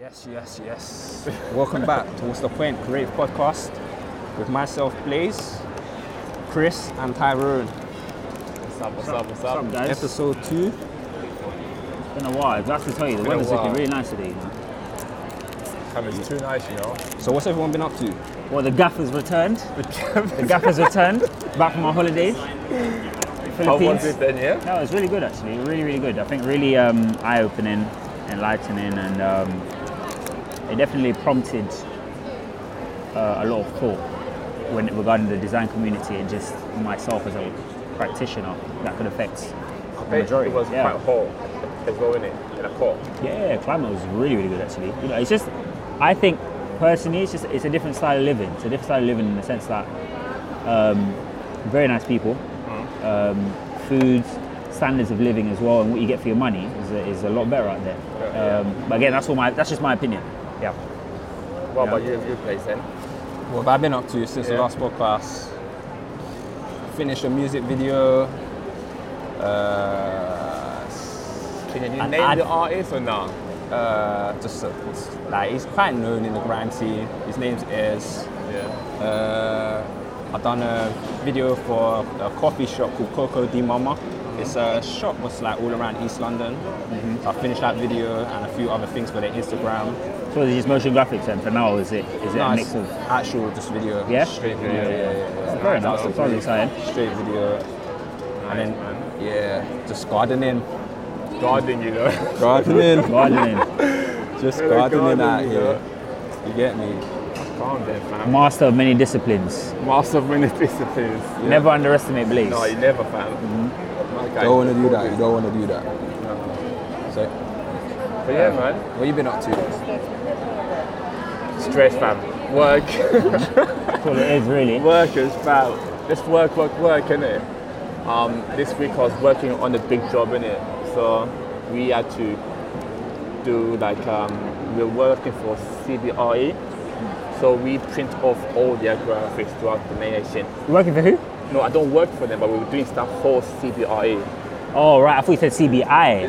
Yes, yes, yes. Welcome back to What's the Point Creative Podcast with myself, Blaze, Chris, and Tyrone. What's up, what's up, what's up? What's up, guys? Episode two. It's been a while. I've got to tell you, the Been a weather's looking while. really nice today. You know? Fam, it's too nice, you know? So what's everyone been up to? Well, the gaffer's returned. The gaffer's returned back from our holidays. How was Philippines. it then, yeah? No, it was really good actually. Really, really good. I think really um, eye-opening, enlightening, and um, it definitely prompted uh, a lot of thought when regarding the design community and just myself as a practitioner that could affect the Hey, majority. It was Yeah. quite hot as well, innit? In a pot. Yeah, climate was really, really good actually. You know, it's just, I think personally, it's just it's a different style of living. It's a different style of living in the sense that um, very nice people, um, food, standards of living as well, and what you get for your money is a, is a lot better out there. Yeah. Um, but again, that's all my that's just my opinion. Yeah. What Yeah. about you, your place then? What have I been up to since the Yeah. last podcast? Finished a music video. Uh, s- Can you An name ad- the artist or not? uh, just a, it's like he's quite known in the grime scene. His name's is. Yeah. Uh, I done a video for a coffee shop called Coco di Mama. Mm-hmm. It's a shop that's like all around East London. I finished that video and a few other things for their Instagram. So it's just motion graphics, and for now, is it is it No, a it's mix of actual just video. Yeah? Straight video. Yeah, yeah, yeah. yeah. Fair That was a enough. Sounds pretty exciting. Straight video. and then, man. yeah, just gardening. Garden, you know? Gardening. gardening, just Really gardening out gardening, here. You get me? Calm down, fam. master of many disciplines. Master of many disciplines. Never underestimate Blaze. No, you never, fam. My guy Mm-hmm. Don't want to is do good. that. You don't want to do that. So, But yeah, man. what you been up to? Stress, fam. Work. That's all it is really. Workers, fam. Just work, work, work, innit? Um, this week I was working on a big job, innit? So we had to do like, um, we are working for CBRE. E. So we print off all their graphics throughout the nation. You working for who? No, I don't work for them, but we were doing stuff for CBRE. Oh right, I thought you said CBI.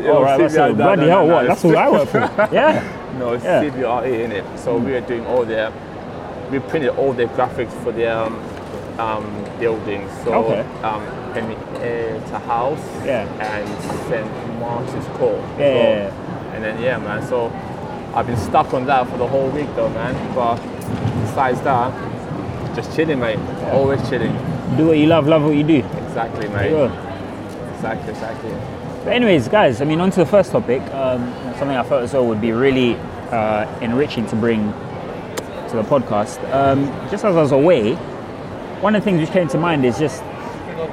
Yeah, Oh right, CBI, that's so no, bloody no, hell, no, what? no. That's all I work for. Yeah. No, it's Yeah. CBRE in it. E, So we are doing all their, we printed all their graphics for their um, um, buildings. So Okay. um, Hermitage House Yeah. and St. Martin's Court. Yeah, So- yeah, And then yeah, man. So I've been stuck on that for the whole week though, man. But besides that, just chilling, mate. Always chilling. Do what you love, love what you do. Exactly, mate. Sure. Exactly, exactly. But anyways, guys, I mean, on to the first topic. Um, something I felt as well would be really uh, enriching to bring to the podcast. Um, just as I was away, one of the things which came to mind is just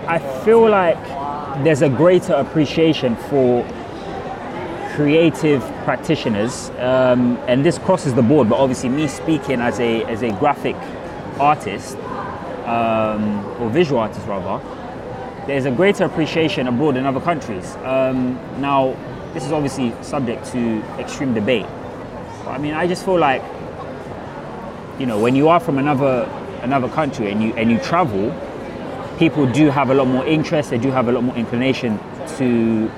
I feel like there's a greater appreciation for creative practitioners, um, and this crosses the board. But obviously, me speaking as a as a graphic artist um, or visual artist rather, there's a greater appreciation abroad in other countries. Um, now, this is obviously subject to extreme debate. But, I mean, I just feel like you know when you are from another another country and you and you travel people do have a lot more interest they do have a lot more inclination to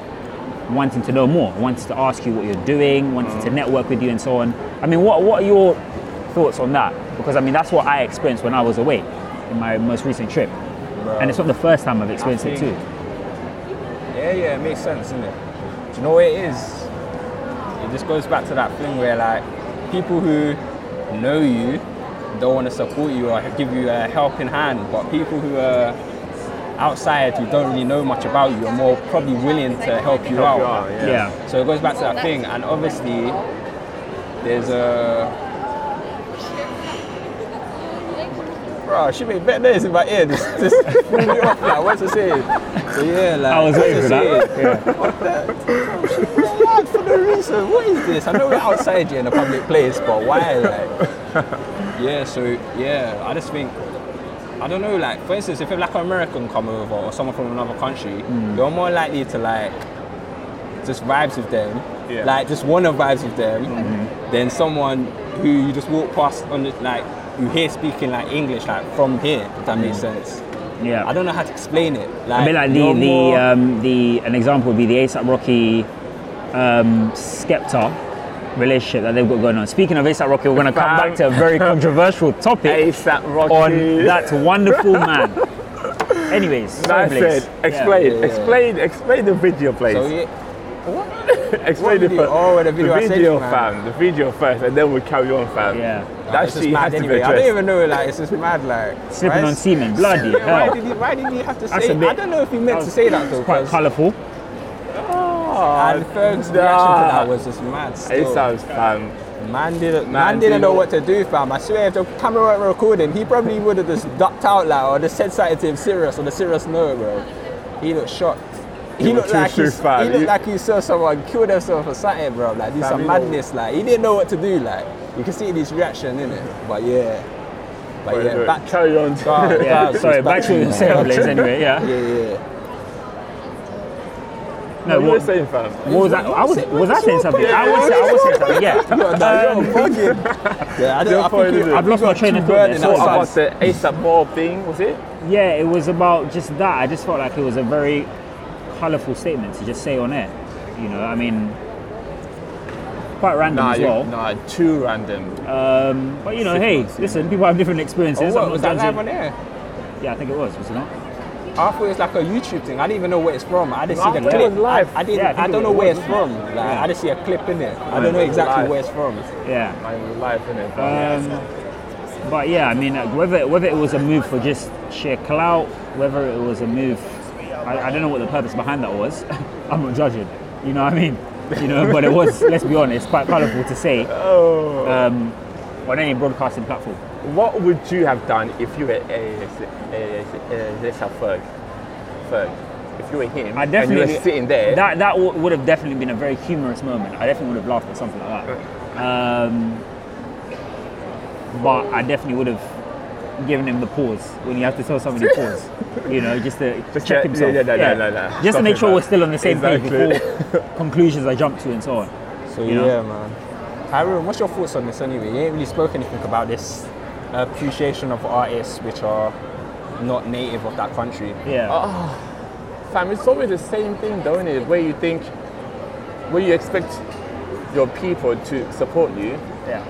wanting to know more wanting to ask you what you're doing wanting to network with you and so on i mean what what are your thoughts on that because i mean that's what i experienced when i was away in my most recent trip and it's not the first time i've experienced it too think- Yeah, yeah, it makes sense, doesn't it? Do you know what it is? It just goes back to that thing where like people who know you don't want to support you or give you a helping hand, but people who are outside who don't really know much about you are more probably willing to help you Help out. you out, Oh, yeah. yeah So it goes back to that thing, and obviously there's a. Bro, she made better noise in my ear. Just, just threw me off. Like, what's it saying? So yeah, like i was what's waiting it for saying? that yeah. Lad, for no reason. What is this? I know we're outside here in a public place, but why? Like, yeah, so yeah, I just think I don't know. Like, for instance, if like an American come over or someone from another country, you're more likely to like just vibes with them, Yeah. like just want to vibes with them, than someone who you just walk past on the like you hear speaking like English like from here. If that makes sense. yeah I don't know how to explain it. Like, I mean, like the you're the more- um, the an example would be the ASAP Rocky um, Skepta relationship that they've got going on. Speaking of ASAP Rocky, we're going to come Fam. back to a very controversial topic ASAP Rocky. on that wonderful man. Anyways, sorry, That's Blaze. it. Yeah. Explain, Yeah, yeah. explain, explain the video, please. So yeah, explain video? first. Oh, the video I sent you, man. fam. The video first, and then we carry on, fam. Yeah. that it's shit just mad has to be anyway. I don't addressed. even know. Like it's just mad. Like Slipping why on is- semen. Bloody Yeah, hell. Why did he? Why did he have to That's say? a bit- I don't know if he meant that to was- say that though. It's quite 'cause- colourful. Ah, And Ferg's reaction to that was just mad. It Still. sounds fam. Man didn't, Man man didn't know didn't- what to do, fam. I swear, if the camera weren't recording, he probably would have just ducked out, like, or just said something to him serious, or the serious no, bro. He looked shocked. He, You looked were too like he, shook, fam. he looked You- like he saw someone kill themselves or something, bro. Like, this Fam, some you know- madness. Like, he didn't know what to do. Like, you can see his reaction in it. But yeah, but Wait, yeah, wait, back. carry on. God, Yeah, God, sorry, it's back to Sarah Blaze anyway, yeah. Yeah, yeah. No, what were you what, saying, fam? what was that? I was, was I saying something? Yeah, I was, I was saying something, yeah. No, yo, fuck it. Yeah, I Um, Your don't. I point, think is you, it? I've lost my train of thought. there, burning sorry. outside. About the ASAP ball thing, was it? Yeah, it was about just that. I just felt like it was a very colourful statement to just say on air. You know, I mean, quite random as you- well. nah, too random. Um, but you know, Sick hey, ones, yeah. listen, people have different experiences. oh, what I'm not was that live judging- on air? Yeah, I think it was. Was it not? I thought it was like a YouTube thing. I didn't even know where it's from. I didn't No, see I the think it clip. was live. I, I didn't. Yeah, I think I, it don't know was where it's live. from. Like, I just see a clip in it. I don't know it was exactly live. where it's from. Yeah. I'm life in it. Um, but yeah, I mean, like, whether whether it was a move for just sheer clout, whether it was a move, I, I don't know what the purpose behind that was. I'm not judging. You know what I mean? You know, but it was. let's be honest, quite colourful to say oh. um, on any broadcasting platform. What would you have done if you were ASAP Ferg? Ferg. If you were him I and you definitely were sitting there, That that w- would have definitely been a very humorous moment. I definitely would have laughed at something like that. Um, but I definitely would have given him the pause when you have to tell somebody pause. You know, just to Just check to- himself. yeah, yeah, no, no, no, no. Just Stop to make it, sure man. we're still on the same Exactly. page before conclusions I jump to and so on. So You know? yeah, man. Tyrone, what's your thoughts on this anyway? You ain't really spoken anything about this appreciation of artists which are not native of that country. Yeah. Ah. fam, it's always the same thing, though, isn't it? Where you think, where you expect your people to support you, yeah.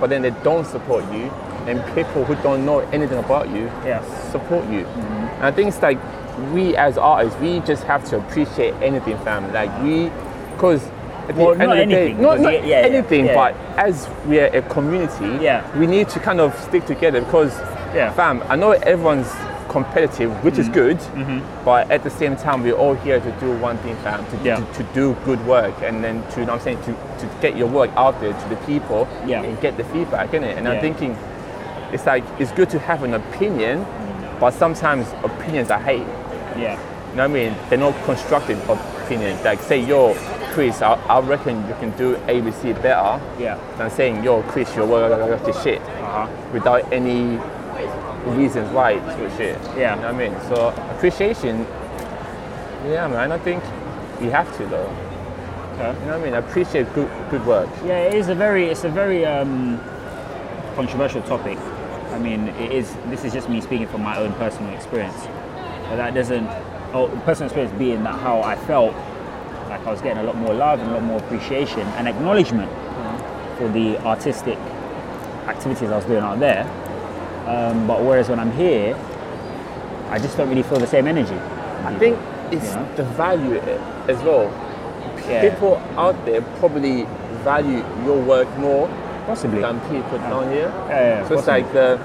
but then they don't support you, and people who don't know anything about you Yeah. support you. And I think it's like we as artists, we just have to appreciate anything, fam. Like we, because Well, not anything, not, but not yeah, yeah, yeah, anything, yeah. but as we are a community, Yeah. we need to kind of stick together because, Yeah. Mm-hmm. fam, I know everyone's competitive, which is good, but at the same time, we're all here to do one thing, fam, to, Yeah. to, to do good work and then to, you know what I'm saying, to, to get your work out there to the people Yeah. and get the feedback, innit? And Yeah. I'm thinking, it's like it's good to have an opinion, but sometimes opinions are hate. Yeah. You know what I mean? They're not constructive opinions. Like say, yo, Chris, I, I reckon you can do ABC better Yeah. than saying, yo, Chris, you're worth to shit Uh-huh. without any reasons why to shit. Yeah. You know what I mean? So appreciation, yeah, man. I think you have to though. Okay. You know what I mean? Appreciate good good work. Yeah, it is a very it's a very um, controversial topic. I mean, it is. This is just me speaking from my own personal experience, but that doesn't. Oh, personal experience being that how I felt, like I was getting a lot more love and a lot more appreciation and acknowledgement Mm-hmm. for the artistic activities I was doing out there. Um, but whereas when I'm here, I just don't really feel the same energy. I think it's Yeah. the value i- as well. Yeah. People out there probably value your work more possibly. than people down here. yeah, so it's possibly. like the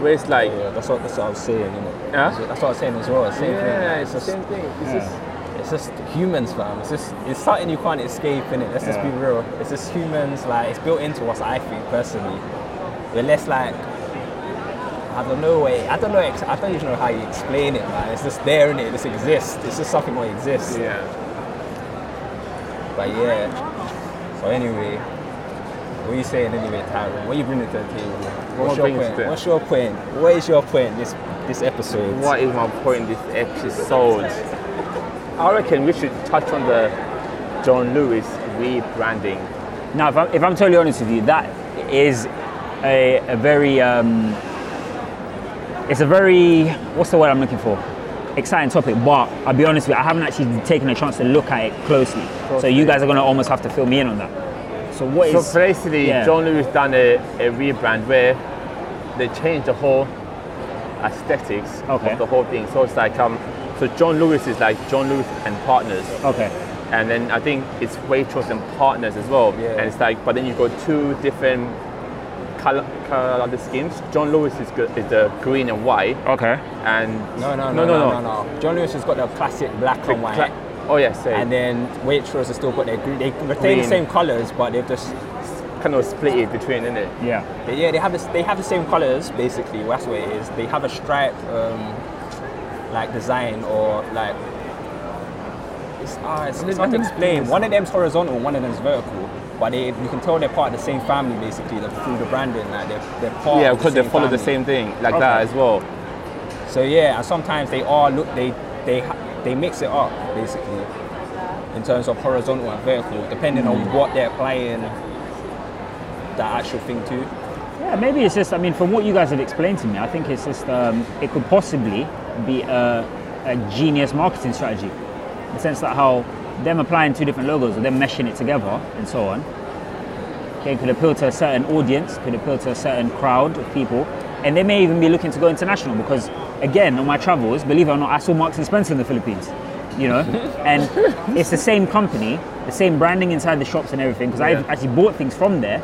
where it's like Yeah, that's what that's what I was saying, you know. Huh? That's what I was saying as well. Same thing. yeah, like, it's the just- same thing. It's Yeah. just It's just humans, fam. It's just it's something you can't escape, innit? Let's just be Yeah. real. It's just humans. Like it's built into us. I think personally, we're less like I don't know. Wait, I don't know. ex- I don't even know how you explain it, man. It's just there, innit? It just exists. It's just something that exists. yeah. But yeah. So anyway, what are you saying anyway, Tyron? What are you bringing to the table? am I What's your bringing to point? the- What's your point? What is your point this this episode? What is my point in this episode? I reckon we should touch on the John Lewis rebranding. Now, if I'm, if I'm totally honest with you, that is a, a very, um, it's a very, what's the word I'm looking for? Exciting topic, but I'll be honest with you, I haven't actually taken a chance to look at it closely. So you guys are going to almost have to fill me in on that. So what So is? basically, yeah. John Lewis done a, a rebrand where they changed the whole aesthetics Okay. of the whole thing. So it's like um, so John Lewis is like John Lewis and Partners, okay. and then I think it's Waitrose and Partners as well. Yeah. And it's like, but then you got two different color, color schemes. John Lewis is good, is the green and white, Okay. and No, no, no, no, no, no, John Lewis has got the classic black The and white, cla- oh yes, yeah, and then Waitrose has still got their green. They retain Green. the same colours, but they've just kind of split it between, isn't it? Yeah. But yeah, they have the, they have the same colors basically. That's what it is. They have a stripe um, like design or like it's ah, it's, it's hard to explain. One of them's horizontal, one of them's vertical. But they, you can tell they're part of the same family basically the, through the branding. Like they're, they're part. yeah, of because the they follow the family. same thing like Okay. that as well. So yeah, and sometimes they all look they they ha- they mix it up basically in terms of horizontal and vertical, depending on Mm. what they're applying that actual thing to. Yeah. Maybe it's just. I mean, from what you guys have explained to me, I think it's just. Um, it could possibly be a, a genius marketing strategy, in the sense that how them applying two different logos or them meshing it together and so on. Okay, could appeal to a certain audience, could appeal to a certain crowd of people, and they may even be looking to go international because, again, on my travels, believe it or not, I saw Marks and Spencer in the Philippines. You know, and it's the same company, the same branding inside the shops and everything. Because I've Yeah. actually bought things from there,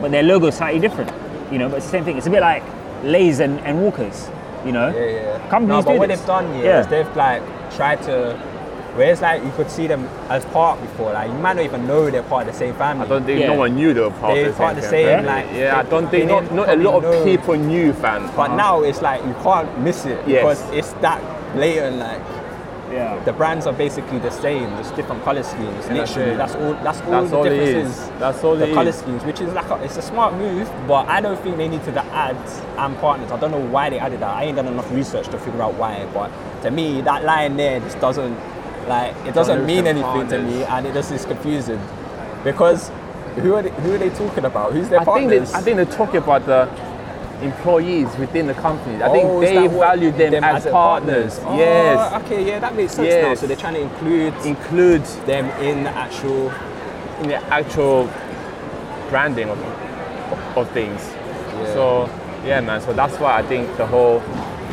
but their logo is slightly different. You know, but it's the same thing. It's a bit like Lay's and, and Walkers. You know, Yeah, yeah. companies no, but do what this. they've done here Yeah. is they've like tried to. Whereas like you could see them as part before, like you might not even know they're part of the same family. I don't think Yeah. no one knew they were part They of the part same, the thing, same, right? like, yeah, I they- don't they think not, didn't not a lot probably of know. people knew Uh-huh. fans. but now it's like you can't miss it Yes. because it's that blatant. Like yeah. the brands are basically the same, just different color schemes. Yeah, that's Literally, it. that's all. That's all That's the all it difference is. That's all the it color is. schemes, which is like a, it's a smart move, but I don't think they needed to add and partners. I don't know why they added that. I ain't done enough research to figure out why. But to me, that line there just doesn't like it doesn't Partners mean and anything to partners. me, and it just is confusing because who are they, who are they talking about? Who's their I think partners? they, I think they're talking about the employees within the company. I Oh, think is they that what- value them, as, a partners. Oh, Yes, Okay. Yeah, that makes sense now. Yes. So they're trying to include include them in the actual. in the actual branding of, of things. Yeah. So yeah, man. So that's why I think the whole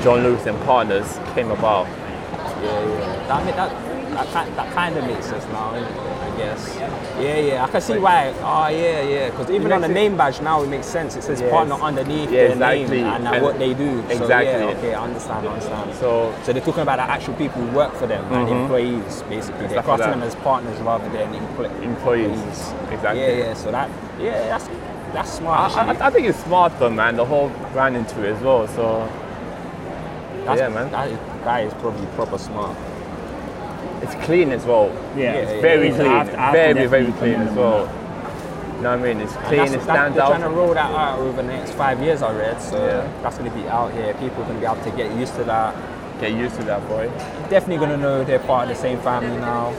John Lewis and Partners came about. Yeah, yeah. That, ma- that, that, ki- that kind of makes sense now, innit? I guess. Yeah, yeah. I can see why. Oh, yeah, yeah. Because even on the makes it- name badge now, it makes sense. It says Yes. partner underneath their Yeah, exactly. name and, uh, And- what they do. So, exactly. yeah, okay, I understand, I understand. So, So they're talking about the actual people who work for them, like employees, basically. They're Stuff like classing Mm-hmm. that. them as partners rather than empl- employees, exactly. Yeah, yeah. So that, yeah, that's that's smart. I, actually. I, I think it's smart though, man. The whole brand into it as well. So that's, yeah, man. That is, that is probably proper smart. it's clean as well. yeah. yeah, It's very yeah. clean, I have to- I have to very definitely very clean commend as them on well. You know what I mean? It's And clean, that's- it that- stands They're out. trying to roll that out over the next five years, I read. So Yeah. that's going to be out here. People are going to be able to get used to that. Get used to that, boy. Definitely going to know they're part of the same family now.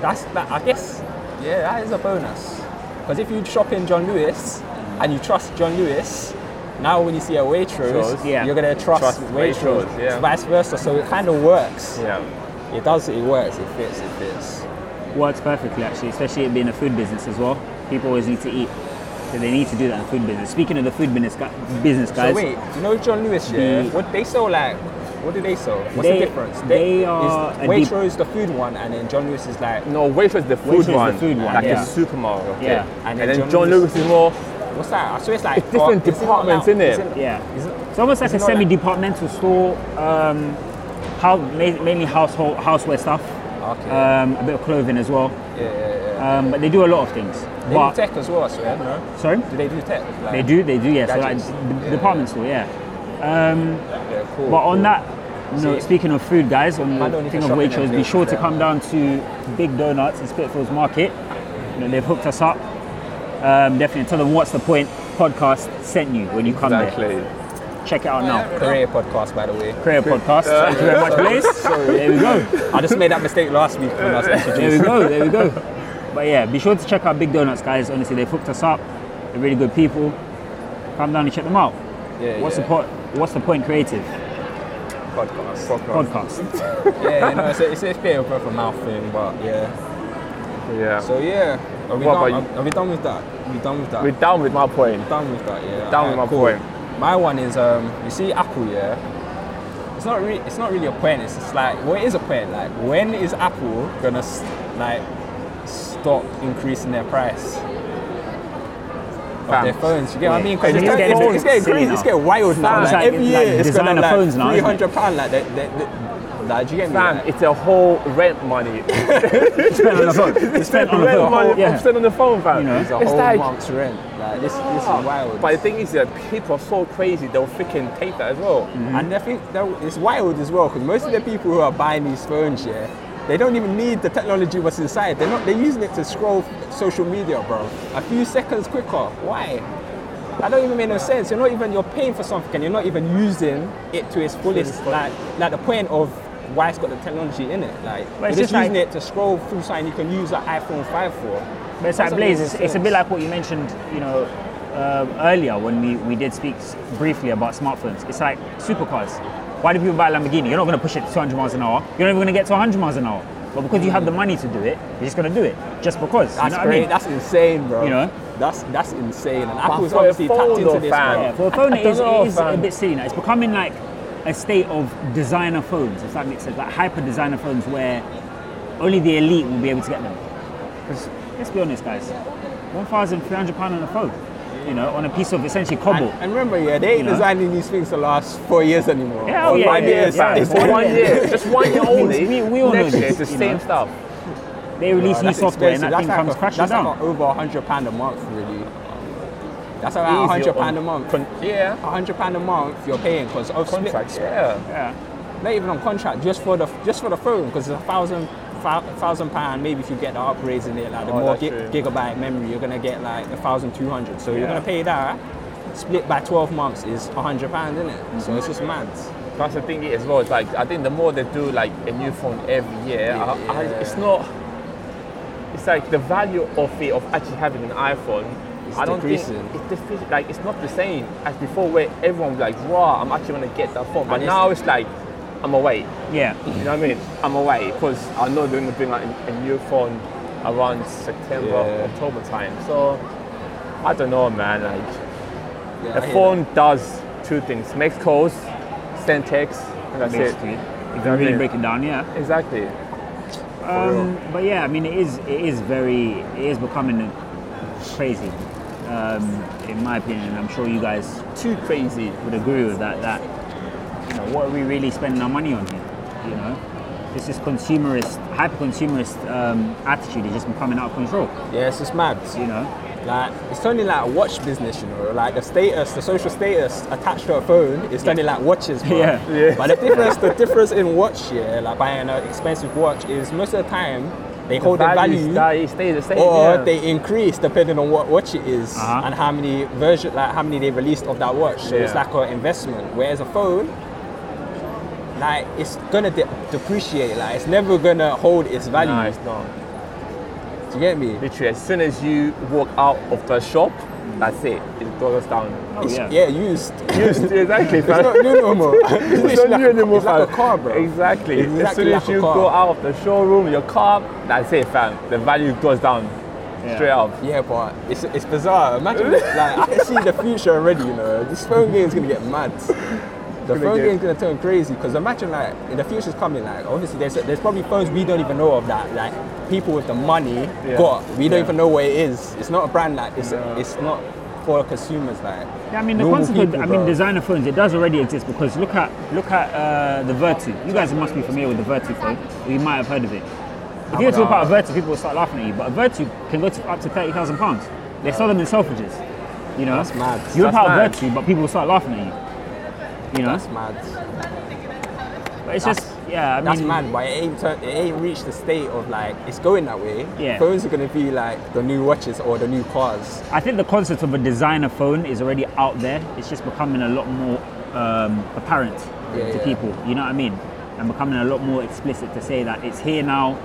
That's that. I guess. Yeah, that is a bonus. Because if you shop in John Lewis and you trust John Lewis, now when you see a Waitrose, Trust, yeah. you're going to trust, Trust Waitrose. Waitrose, yeah. Vice versa. So it kind of works. Yeah. It does. It works. It fits. It fits. works perfectly actually, especially it being a food business as well. People always need to eat, so they need to do that in food business. Speaking of the food business, gu- business guys, So wait, you know John Lewis? Yeah. The- What they sell like? What do they sell? What's They- the difference? they are is a Waitrose the food one, and then John Lewis is like. No, Waitrose is the Waitrose is food the one, food one, like yeah. a supermarket. okay. Yeah. And, then, John Lewis is more. What's that? I swear it's like It's different is not departments, like- innit? is it- yeah, is it- it's almost like is a it not like- semi-departmental store. Um, how ma- mainly household houseware stuff, Okay. um, a bit of clothing as well. yeah, yeah, yeah. Um, but they do a lot of things. they but do tech as well, I swear. No. sorry, Do they do tech? Like, they do, they do. Yeah, Gadgets. so like d- Yeah. department store, yeah. Yeah, cool. But on cool. that note, speaking of food, guys, on I don't the need thing to of shop in Waitrose, that be sure place to now. come down to Big Donuts in Spitfields Market. You know, they've hooked us up. Um, definitely tell them what's the point podcast sent you when you come Exactly. there. Check it out now. career podcast, by the way. Career podcast. Thank you very much, Blaze. There we go. I just made that mistake last week when I was There introduced. we go. There we go. But yeah, be sure to check out Big Donuts, guys. Honestly, they've hooked us up. They're really good people. Come down and check them out. Yeah, What's yeah. the point? What's the point? Creative podcast? podcast. Yeah, you know, it's a, it's a bit of a mouth thing, but yeah. Yeah. So yeah, are we, done, What about are, you? are we done with that? Are we done with that? We're down with my point. done with that, yeah. Done Alright, with my point. My one is um, you see Apple, yeah. It's not really, it's not really a point. It's just like, well, it is a point. Like, when is Apple gonna s like stop increasing their price of Fam. their phones? You get what I Yeah. mean? 'Cause It's it's, getting, getting a bit it's getting silly crazy. now. It's getting wild now. Fam, Like, it's like- every it's year, like it's going designer like phones now, isn't it? three hundred pound. Like, that, that, that, like, do you get me? Fam, Like, it's a whole rent money. It's spent on the phone. It's spent on the rent money. phone. Yeah. Spent on the phone, fam. You know. it's a it's whole like- month's rent. Like, this, this is wild. But the thing is that people are so crazy, they'll freaking take that as well. And I think that it's wild as well because most of the people who are buying these phones, yeah, they don't even need the technology what's inside. They're not. They're using it to scroll social media, bro. A few seconds quicker. Why? That don't even make no sense. You're not even. You're paying for something and you're not even using it to its fullest. Like, like the point of why it's got the technology in it. Like, But you're it's just, just using like- it to scroll through something you can use an iPhone 5 for. But it's like Doesn't Blaze, make it's, it's a sense. bit like what you mentioned, you know, um, earlier when we, we did speak s- briefly about smartphones. It's like supercars. Why do people buy a Lamborghini? You're not going to push it to 200 miles an hour. You're not even going to get to 100 miles an hour. But because you have the money to do it, you're just going to do it. Just because. you That's know great. what I mean? That's insane, bro. You know? That's that's insane. And But Apple's for a obviously phone tapped though, into this, fam. bro. Yeah, for a phone, I it is, don't know, it is a fam. bit silly now. It's becoming like a state of designer phones, if that makes sense, like hyper designer phones where only the elite will be able to get them. Because let's be honest, guys, £1,300 on a phone, you know, on a piece of essentially cobble. And, and remember, yeah, they ain't You know? designing these things to last four years anymore. Hell Or yeah, five yeah, years. yeah, fam. It's yeah. For one one year. year, just one year only. We- we all know Next year, this, it's the you same know. stuff. they release new That's software and expensive. that That's thing like comes a- crashing That's down. like a over a hundred pound a month, really. That's about a Easy hundred on- pound a month. con- yeah. A hundred pound a month you're paying because of Contracts, split, yeah. yeah. not even on contract, just for the just for the phone because it's a thousand thou- thousand pound maybe if you get the upgrades in it like the Oh, more that's gi- true. gigabyte memory you're gonna get like a thousand two hundred so you're Yeah. gonna pay that split by 12 months is a hundred pound isn't it so it's just mad That's the thing as well. It's like I think the more they do like a new phone every year, I, I, Yeah. it's not. It's like the value of it of actually having an iPhone. It's I don't decreasing. think it's defi- like it's not the same as before, where everyone was like, "Wow, I'm actually gonna get that phone." But And it's- now it's like, I'm away. Yeah. You know what I mean? I'm away because I know they're gonna bring like a, a new phone around September, Yeah. October time. So I don't know, man. Like yeah, the I hear that. phone does two things: makes calls, send texts, and that's Basically. it. If you really it. break it down, yeah. Exactly. Um, but yeah, I mean, it is it is very it is becoming crazy, um, in my opinion. And I'm sure you guys Too crazy. would agree with that. That you know, what are we really spending our money on here? You know, this is consumerist, hyper consumerist um, attitude is just becoming out of control. yeah it's just mad You know, Like it's turning like a watch business, you know. Like the status, the social status attached to a phone is turning like watches, bro. Yeah. Yeah. But the difference, the difference in watch, yeah, like buying an expensive watch is most of the time they hold the value, Stay, stay the same. or yeah. they increase depending on what watch it is Uh-huh. and how many version, like how many they released of that watch. So it's Yeah. like an investment. Whereas a phone, like it's gonna de- depreciate. Like it's never gonna hold its value. No, it's not. Do you get me? Literally, as soon as you walk out of the shop, that's it. It goes down. oh It's- yeah, yeah, used. Used, exactly. It's not new no more. It's, It's not like, new anymore, It's like a fam. car, bro. Exactly. It's as soon exactly as like a you car. go out of the showroom, your car, that's it, fam. The value goes down Yeah. straight up. Yeah, but it's, it's bizarre. Imagine, like, I can see the future already, you know. This phone game's gonna get mad. The phone get- game's gonna turn crazy because imagine, like, in the future's coming, like, obviously, there's, there's probably phones we don't even know of that, like, people with the money Yeah. got. We don't Yeah. even know what it is. It's not a brand, like, it's, No. it's not for consumers, like. Yeah, I mean the normal concept. of, people, I mean bro. designer phones. It does already exist because look at look at uh, the Vertu. You guys must be familiar with the Vertu phone. or You might have heard of it. If you talk about a Vertu, people will start laughing at you. But a Vertu can go to up to thirty thousand pounds. They sell them in Selfridges. You know, That's mad. You That's talk about a mad. Vertu, but people will start laughing at you. You know, That's mad. but it's just yeah. I That's mean, mad, but it ain't, tur it ain't reached the state of like it's going that way. Yeah. Phones are gonna be like the new watches or the new cars. I think the concept of a designer phone is already out there. It's just becoming a lot more um, apparent Yeah, to yeah. people. You know what I mean? And becoming a lot more explicit to say that it's here now,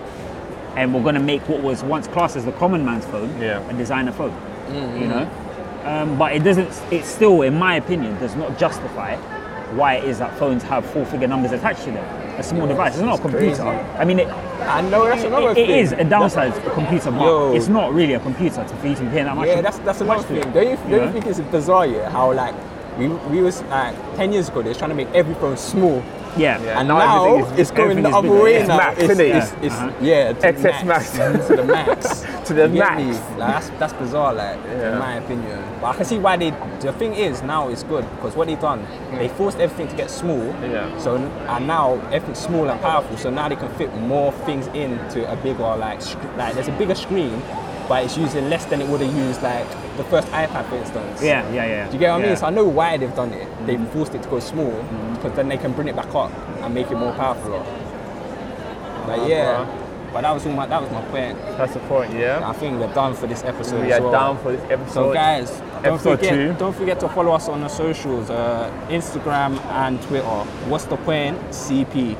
and we're going to make what was once classed as the common man's phone Yeah. a designer phone. Mm-hmm. You know, um, but it doesn't. It still, in my opinion, does not justify why it is that phones have four-figure numbers attached to them. a small device. It's not a computer. crazy. I mean, it, I know that's another it- thing. it is a downside to a computer, but Yo. it's not really a computer to for you to be paying that much. Yeah, that's that's another much to it, thing. Don't you, don't know? you think it's bizarre yeah, how like we, we was like ten years ago they was trying to make every phone small Yeah. Yeah. and now now, everything is- it's going everything the is other bigger. way It's now. max, it's, innit? it's, it's, Uh-huh. yeah, to the Excess max. to the max, To the You get max. me? Like, that's that's bizarre, like Yeah. in my opinion. But I can see why they. The thing is now it's good because what they done, they forced everything to get small. Yeah. So n- and now everything's small and powerful. So now they can fit more things into a bigger like sc- like there's a bigger screen, but it's using less than it would have used like the first iPad, for instance. Yeah, yeah, yeah. Do you get what I Yeah. mean? So I know why they've done it. Mm-hmm. They've forced it to go small because then they can bring it back up and make it more powerful. Ah, But yeah, but that was all my that was my point. That's the point, yeah? I think we're done for this episode. We as are well. down for this So episode. guys, don't episode forget two. don't forget to follow us on the socials, uh, Instagram and Twitter. What's the point? CP.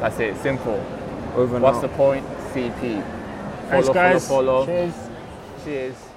That's it, simple. Over and What's out. the point? CP. Follow, Thanks, guys. follow, follow. Cheers. Cheers.